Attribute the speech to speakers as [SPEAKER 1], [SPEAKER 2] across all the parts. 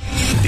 [SPEAKER 1] The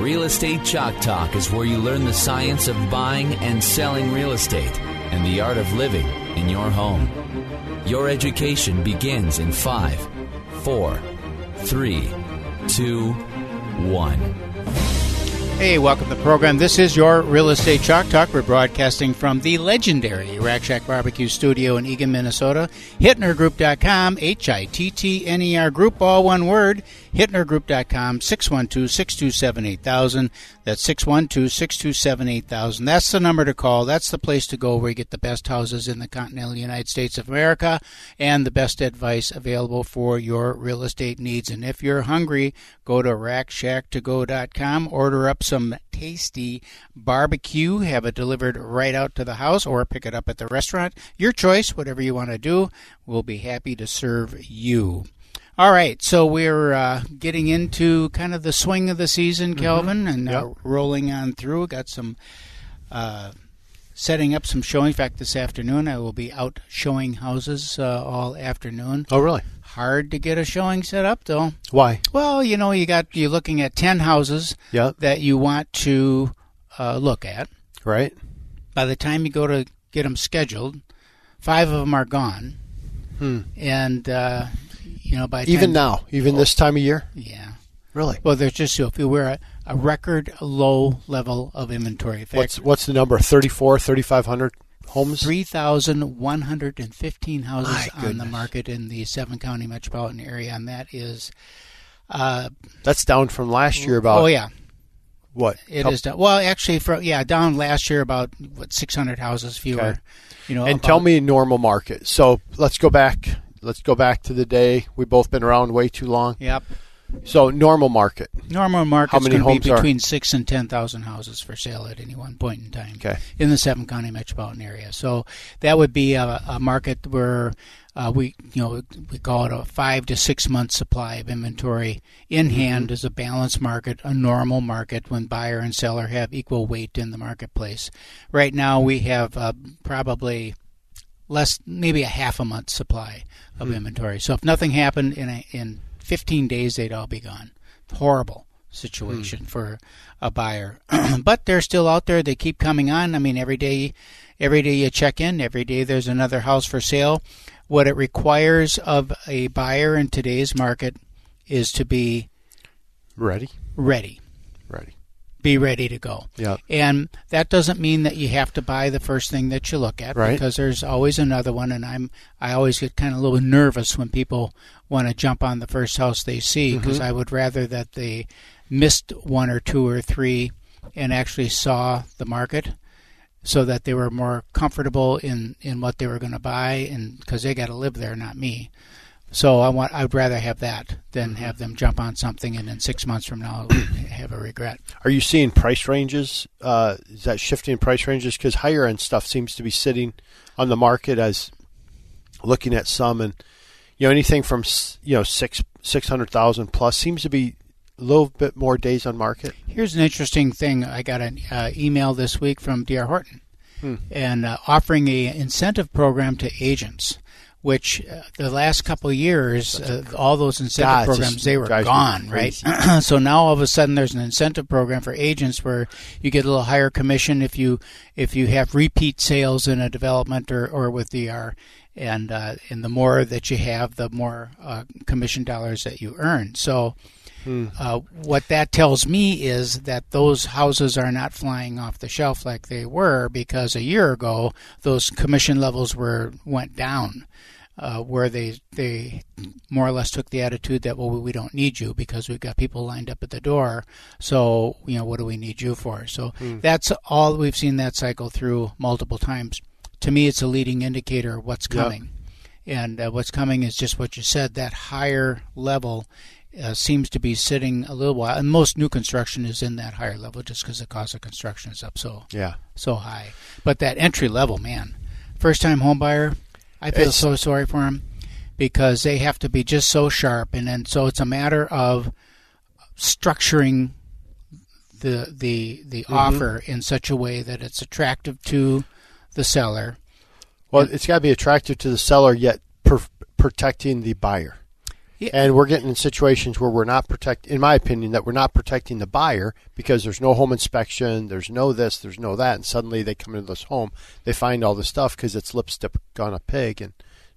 [SPEAKER 2] Real Estate Chalk Talk is where you learn the science of buying and selling real estate and the art of living in your home. Your education begins in five, four, three, two, one.
[SPEAKER 3] Hey, welcome to the program. This is your Real Estate Chalk Talk. We're broadcasting from the legendary Rack Shack Barbecue Studio in Eagan, Minnesota. HittnerGroup.com, H I T T N E R Group, all one word. HittnerGroup.com, 612 627 8000. That's 612 627 8000. That's the number to call. That's the place to go where you get the best houses in the continental United States of America and the best advice available for your real estate needs. And if you're hungry, go to RackShackToGo.com, order up some tasty barbecue, have it delivered right out to the house or pick it up at the restaurant. Your choice, whatever you want to do, we'll be happy to serve you. All right, so we're uh, getting into kind of the swing of the season, Kelvin, and uh, rolling on through. Got some uh, setting up some showing. In fact, this afternoon I will be out showing houses uh, all afternoon.
[SPEAKER 4] Oh, really?
[SPEAKER 3] Hard to get a showing set up though.
[SPEAKER 4] Why?
[SPEAKER 3] Well, you know, you got you're looking at ten houses
[SPEAKER 4] Yeah.
[SPEAKER 3] that you want to uh, look at.
[SPEAKER 4] Right?
[SPEAKER 3] By the time you go to get them scheduled, five of them are gone, and uh, you know by the
[SPEAKER 4] Hmm. Even
[SPEAKER 3] time-
[SPEAKER 4] now, even this time of year?
[SPEAKER 3] yeah.
[SPEAKER 4] Really?
[SPEAKER 3] Well, there's just so if you were a, a record low level of inventory. In fact,
[SPEAKER 4] What's what's the number? 34, 3,500 homes?
[SPEAKER 3] 3,115 houses
[SPEAKER 4] My
[SPEAKER 3] on the
[SPEAKER 4] goodness.
[SPEAKER 3] market in the seven county metropolitan area, and that is,
[SPEAKER 4] That's down from last year about
[SPEAKER 3] oh yeah,
[SPEAKER 4] what?
[SPEAKER 3] it is down.
[SPEAKER 4] Couple-
[SPEAKER 3] Well, actually, from yeah, down last year about what 600 houses fewer.
[SPEAKER 4] Okay.
[SPEAKER 3] You know,
[SPEAKER 4] And
[SPEAKER 3] about-
[SPEAKER 4] tell me normal market. So, let's go back. Let's go back to the day we've both been around way too long.
[SPEAKER 3] Yep,
[SPEAKER 4] So, normal market.
[SPEAKER 3] normal market's
[SPEAKER 4] many
[SPEAKER 3] going to be
[SPEAKER 4] homes are-
[SPEAKER 3] between six and ten thousand houses for sale at any one point in time
[SPEAKER 4] Okay.
[SPEAKER 3] in the seven county metropolitan area. So that would be a, a market where uh, we you know we call it a five to six month supply of inventory
[SPEAKER 4] Mm-hmm.
[SPEAKER 3] in hand is a balanced market, a normal market when buyer and seller have equal weight in the marketplace. Right now we have uh, probably less maybe a half a month supply of inventory. So if nothing happened in a, in 15 days, they'd all be gone. Horrible situation for a buyer, but they're still out there. They keep coming on. I mean, every day, every day you check in. Every day there's another house for sale. What it requires of a buyer in today's market is to be
[SPEAKER 4] Ready?
[SPEAKER 3] ready
[SPEAKER 4] Ready.
[SPEAKER 3] be ready to go.
[SPEAKER 4] Yeah.
[SPEAKER 3] And that doesn't mean that you have to buy the first thing that you look at
[SPEAKER 4] Right.
[SPEAKER 3] because there's always another one and I'm I always get kind of a little nervous when people want to jump on the first house they see
[SPEAKER 4] Mm-hmm.
[SPEAKER 3] because I would rather that they missed one or two or three and actually saw the market so that they were more comfortable in in what they were going to buy and cuz they got to live there not me. So I want I'd rather have that than
[SPEAKER 4] Mm-hmm.
[SPEAKER 3] have them jump on something and then 6 months from now have a regret.
[SPEAKER 4] Are you seeing price ranges? Uh, is that shifting in price ranges? Because higher end stuff seems to be sitting on the market as looking at some and you know anything from s- you know six six hundred thousand plus seems to be a little bit more days on market.
[SPEAKER 3] Here's an interesting thing. I got an uh, email this week from D.R. Horton,
[SPEAKER 4] Hmm.
[SPEAKER 3] and uh, offering a incentive program to agents, which uh, the last couple of years, uh, all those incentive
[SPEAKER 4] God, it just
[SPEAKER 3] programs they were
[SPEAKER 4] drives me
[SPEAKER 3] gone, right? so now all of a sudden there's an incentive program for agents where you get a little higher commission if you if you have repeat sales in a development or, or with DR, and uh, and the more that you have, the more uh, commission dollars that you earn. So Uh, what that tells me is that those houses are not flying off the shelf like they were because a year ago those commission levels were went down, uh, where they they more or less took the attitude that well we don't need you because we've got people lined up at the door, so you know what do we need you for? So that's all we've seen that cycle through multiple times. To me, it's a leading indicator of what's coming and uh, what's coming is just what you said. That higher level uh, seems to be sitting a little while, and most new construction is in that higher level just because the cost of construction is up so
[SPEAKER 4] Yeah.
[SPEAKER 3] so high. But that entry level, man, first time home buyer, I feel
[SPEAKER 4] It's-
[SPEAKER 3] so sorry for them because they have to be just so sharp, and then so it's a matter of structuring the the the
[SPEAKER 4] Mm-hmm.
[SPEAKER 3] offer in such a way that it's attractive to the seller.
[SPEAKER 4] Well, it's got to be attractive to the seller, yet per- protecting the buyer.
[SPEAKER 3] Yeah.
[SPEAKER 4] And we're getting in situations where we're not protect, in my opinion, that we're not protecting the buyer because there's no home inspection, there's no this, there's no that, and suddenly they come into this home, they find all this stuff because it's lipstick on a pig, and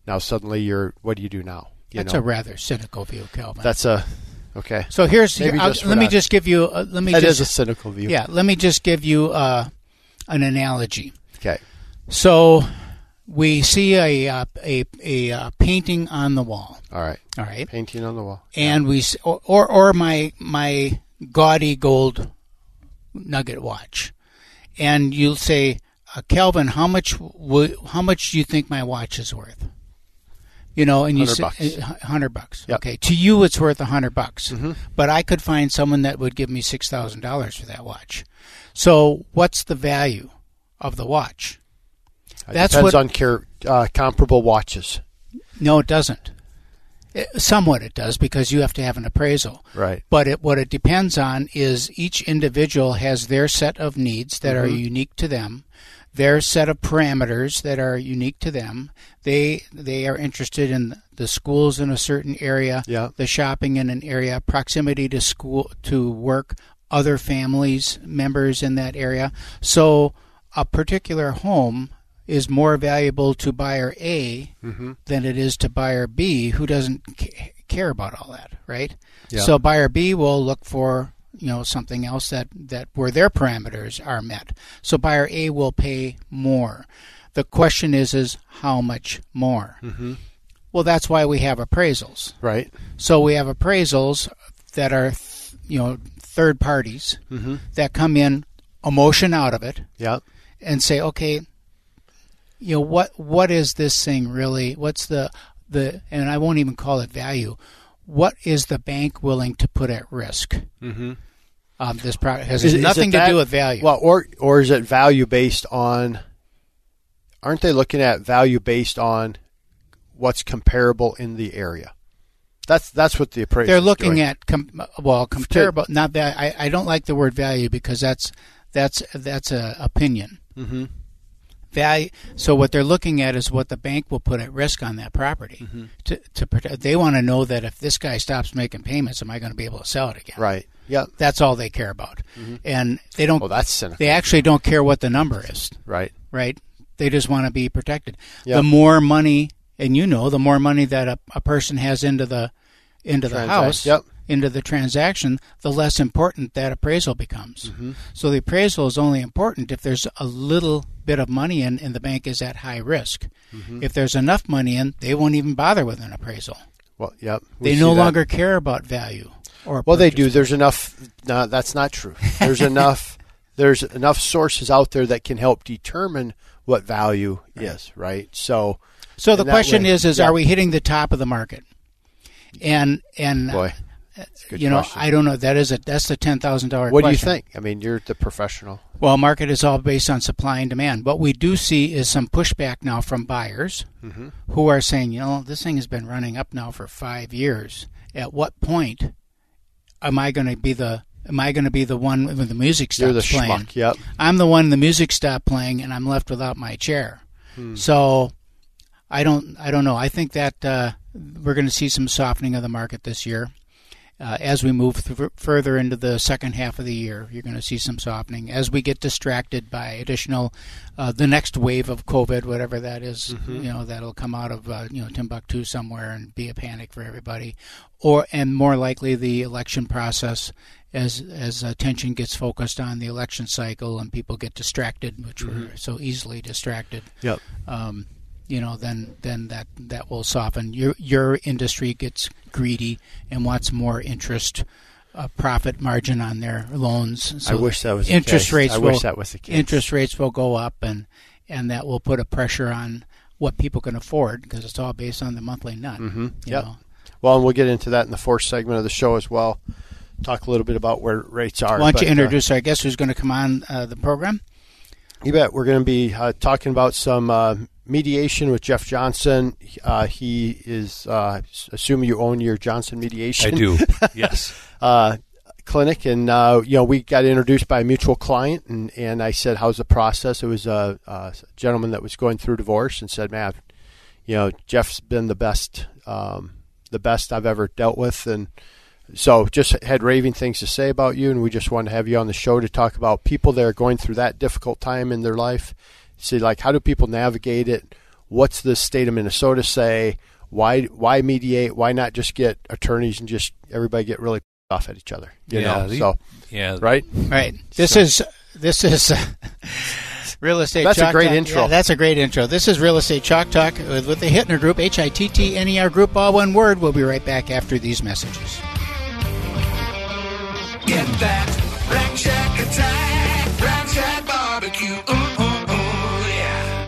[SPEAKER 4] now suddenly you're, what do you do now? You
[SPEAKER 3] That's
[SPEAKER 4] know?
[SPEAKER 3] a rather cynical view, Calvin.
[SPEAKER 4] that's a, okay.
[SPEAKER 3] So here's
[SPEAKER 4] Maybe
[SPEAKER 3] I'll-
[SPEAKER 4] just for
[SPEAKER 3] let me
[SPEAKER 4] that.
[SPEAKER 3] just give you uh, let me
[SPEAKER 4] That
[SPEAKER 3] just
[SPEAKER 4] is a cynical view.
[SPEAKER 3] yeah let me just give you uh, an analogy.
[SPEAKER 4] Okay.
[SPEAKER 3] So we see a uh, a a uh, painting on the wall.
[SPEAKER 4] All right.
[SPEAKER 3] All right,
[SPEAKER 4] Painting on the wall.
[SPEAKER 3] and we s- or or, or my my gaudy gold nugget watch, and you'll say, uh, Calvin, how much w- how much do you think my watch is worth? You know, and you
[SPEAKER 4] 100
[SPEAKER 3] say
[SPEAKER 4] bucks.
[SPEAKER 3] uh, hu- hundred bucks.
[SPEAKER 4] Yep. Mm-hmm.
[SPEAKER 3] Okay, to you it's worth a hundred bucks, but I could find someone that would give me six thousand dollars for that watch. So, what's the value of the watch?
[SPEAKER 4] It
[SPEAKER 3] That's
[SPEAKER 4] depends
[SPEAKER 3] what-
[SPEAKER 4] on care, uh, comparable watches.
[SPEAKER 3] No, it doesn't. It- somewhat it does because you have to have an appraisal.
[SPEAKER 4] Right.
[SPEAKER 3] But it, what it depends on is each individual has their set of needs that
[SPEAKER 4] Mm-hmm.
[SPEAKER 3] are unique to them, their set of parameters that are unique to them. They they are interested in the schools in a certain area,
[SPEAKER 4] Yeah.
[SPEAKER 3] the shopping in an area, proximity to school to work, other families members in that area. So a particular home is more valuable to buyer A than it is to buyer B, who doesn't c- care about all that, right?
[SPEAKER 4] Yeah.
[SPEAKER 3] So buyer B will look for you know something else that that where their parameters are met. So buyer A will pay more. The question is is how much more? Mm-hmm. Well, that's why we have appraisals.
[SPEAKER 4] Right.
[SPEAKER 3] So we have appraisals that are th- you know third parties
[SPEAKER 4] Mm-hmm.
[SPEAKER 3] that come in emotion out of it
[SPEAKER 4] Yeah.
[SPEAKER 3] and say, okay, you know what what is this thing really? What's the the and I won't even call it value. What is the bank willing to put at risk? Mm-hmm. Um, this product has
[SPEAKER 4] Is- is
[SPEAKER 3] nothing
[SPEAKER 4] it
[SPEAKER 3] to
[SPEAKER 4] that-
[SPEAKER 3] do with value.
[SPEAKER 4] Well, or or is it value based on? Aren't they looking at value based on what's comparable in the area? That's that's what the appraisal.
[SPEAKER 3] they're looking at com- well comparable. Not that I, I don't like the word value because that's that's that's a opinion. Mm-hmm. Value. So what they're looking at is what the bank will put at risk on that property
[SPEAKER 4] Mm-hmm.
[SPEAKER 3] to to protect. They want to know that if this guy stops making payments, am I going to be able to sell it again?
[SPEAKER 4] right. Yeah.
[SPEAKER 3] That's all they care about, and they don't.
[SPEAKER 4] Well, that's cynical.
[SPEAKER 3] they actually don't care what the number is,
[SPEAKER 4] Right.
[SPEAKER 3] right? They just want to be protected.
[SPEAKER 4] Yeah.
[SPEAKER 3] The more money, and you know, the more money that a, a person has into the into the
[SPEAKER 4] Transac-
[SPEAKER 3] house,
[SPEAKER 4] yep.
[SPEAKER 3] into the transaction, the less important that appraisal becomes.
[SPEAKER 4] Mm-hmm.
[SPEAKER 3] So the appraisal is only important if there's a little bit of money in, and the bank is at high risk.
[SPEAKER 4] Mm-hmm.
[SPEAKER 3] If there's enough money in, they won't even bother with an appraisal.
[SPEAKER 4] Well, yep. we
[SPEAKER 3] They
[SPEAKER 4] see
[SPEAKER 3] no
[SPEAKER 4] that.
[SPEAKER 3] longer care about value. Or
[SPEAKER 4] Well, they
[SPEAKER 3] purchase.
[SPEAKER 4] do. There's enough. No, that's not true. There's enough. There's enough sources out there that can help determine what value is. Right. So.
[SPEAKER 3] So the
[SPEAKER 4] in that
[SPEAKER 3] question
[SPEAKER 4] way.
[SPEAKER 3] is: Is
[SPEAKER 4] Yeah.
[SPEAKER 3] are we hitting the top of the market? And and
[SPEAKER 4] Boy.
[SPEAKER 3] you know,
[SPEAKER 4] question.
[SPEAKER 3] I don't know. That is a that's the ten thousand dollar.
[SPEAKER 4] What do you think? I mean, you're the professional.
[SPEAKER 3] Well, market is all based on supply and demand. What we do see is some pushback now from buyers
[SPEAKER 4] Mm-hmm.
[SPEAKER 3] who are saying, you know, this thing has been running up now for five years. At what point am I going to be the am I going to be the one when the music stops
[SPEAKER 4] You're the
[SPEAKER 3] playing?
[SPEAKER 4] schmuck. Yep.
[SPEAKER 3] I'm the one the music stopped playing and I'm left without my chair.
[SPEAKER 4] Hmm.
[SPEAKER 3] So I don't I don't know. I think that uh, we're going to see some softening of the market this year. uh, as we move th- further into the second half of the year, you're going to see some softening as we get distracted by additional, uh, the next wave of COVID, whatever that is, you know, that'll come out of uh, you know Timbuktu somewhere and be a panic for everybody, or and more likely the election process as as attention gets focused on the election cycle and people get distracted, which we're so easily distracted
[SPEAKER 4] Yep.
[SPEAKER 3] um, you know, then then that that will soften. Your your industry gets greedy and wants more interest, uh, profit margin on their loans.
[SPEAKER 4] I wish that was the
[SPEAKER 3] interest
[SPEAKER 4] case.
[SPEAKER 3] rates.
[SPEAKER 4] I
[SPEAKER 3] will,
[SPEAKER 4] wish that was the case.
[SPEAKER 3] Interest rates will go up, and and that will put a pressure on what people can afford because it's all based on the monthly nut. Mm-hmm. You
[SPEAKER 4] Yep.
[SPEAKER 3] know?
[SPEAKER 4] Well, and we'll get into that in the fourth segment of the show as well. Talk a little bit about where rates are.
[SPEAKER 3] Why don't
[SPEAKER 4] but,
[SPEAKER 3] you
[SPEAKER 4] uh,
[SPEAKER 3] introduce our guest who's going to come on uh, the program?
[SPEAKER 4] You bet. We're going to be uh, talking about some uh, mediation with Jeff Johnson. Uh, he is, uh, s- assume you own your Johnson Mediation.
[SPEAKER 5] I do. yes.
[SPEAKER 4] uh, clinic, and uh, you know we got introduced by a mutual client, and, and I said, "How's the process?" It was a, a gentleman that was going through divorce, and said, "Man, I've- you know Jeff's been the best, um, the best I've ever dealt with," and so just had raving things to say about you, and we just wanted to have you on the show to talk about people that are going through that difficult time in their life. See, like, how do people navigate it? What's the state of Minnesota say? Why why mediate? Why not just get attorneys and just everybody get really off at each other? You
[SPEAKER 5] Yeah,
[SPEAKER 4] know,
[SPEAKER 5] the-
[SPEAKER 4] so
[SPEAKER 5] Yeah.
[SPEAKER 4] right?
[SPEAKER 3] Right. This is this is uh, real estate.
[SPEAKER 4] That's a
[SPEAKER 3] Chalk
[SPEAKER 4] great
[SPEAKER 3] Talk.
[SPEAKER 4] intro.
[SPEAKER 3] Yeah, that's a great intro. This is real estate chalk talk with, with the Hittner Group, H I T T N E R Group, all one word. We'll be right back after these messages.
[SPEAKER 6] Get that Rack Shack attack. Rack Shack barbecue. Ooh, ooh, ooh, yeah.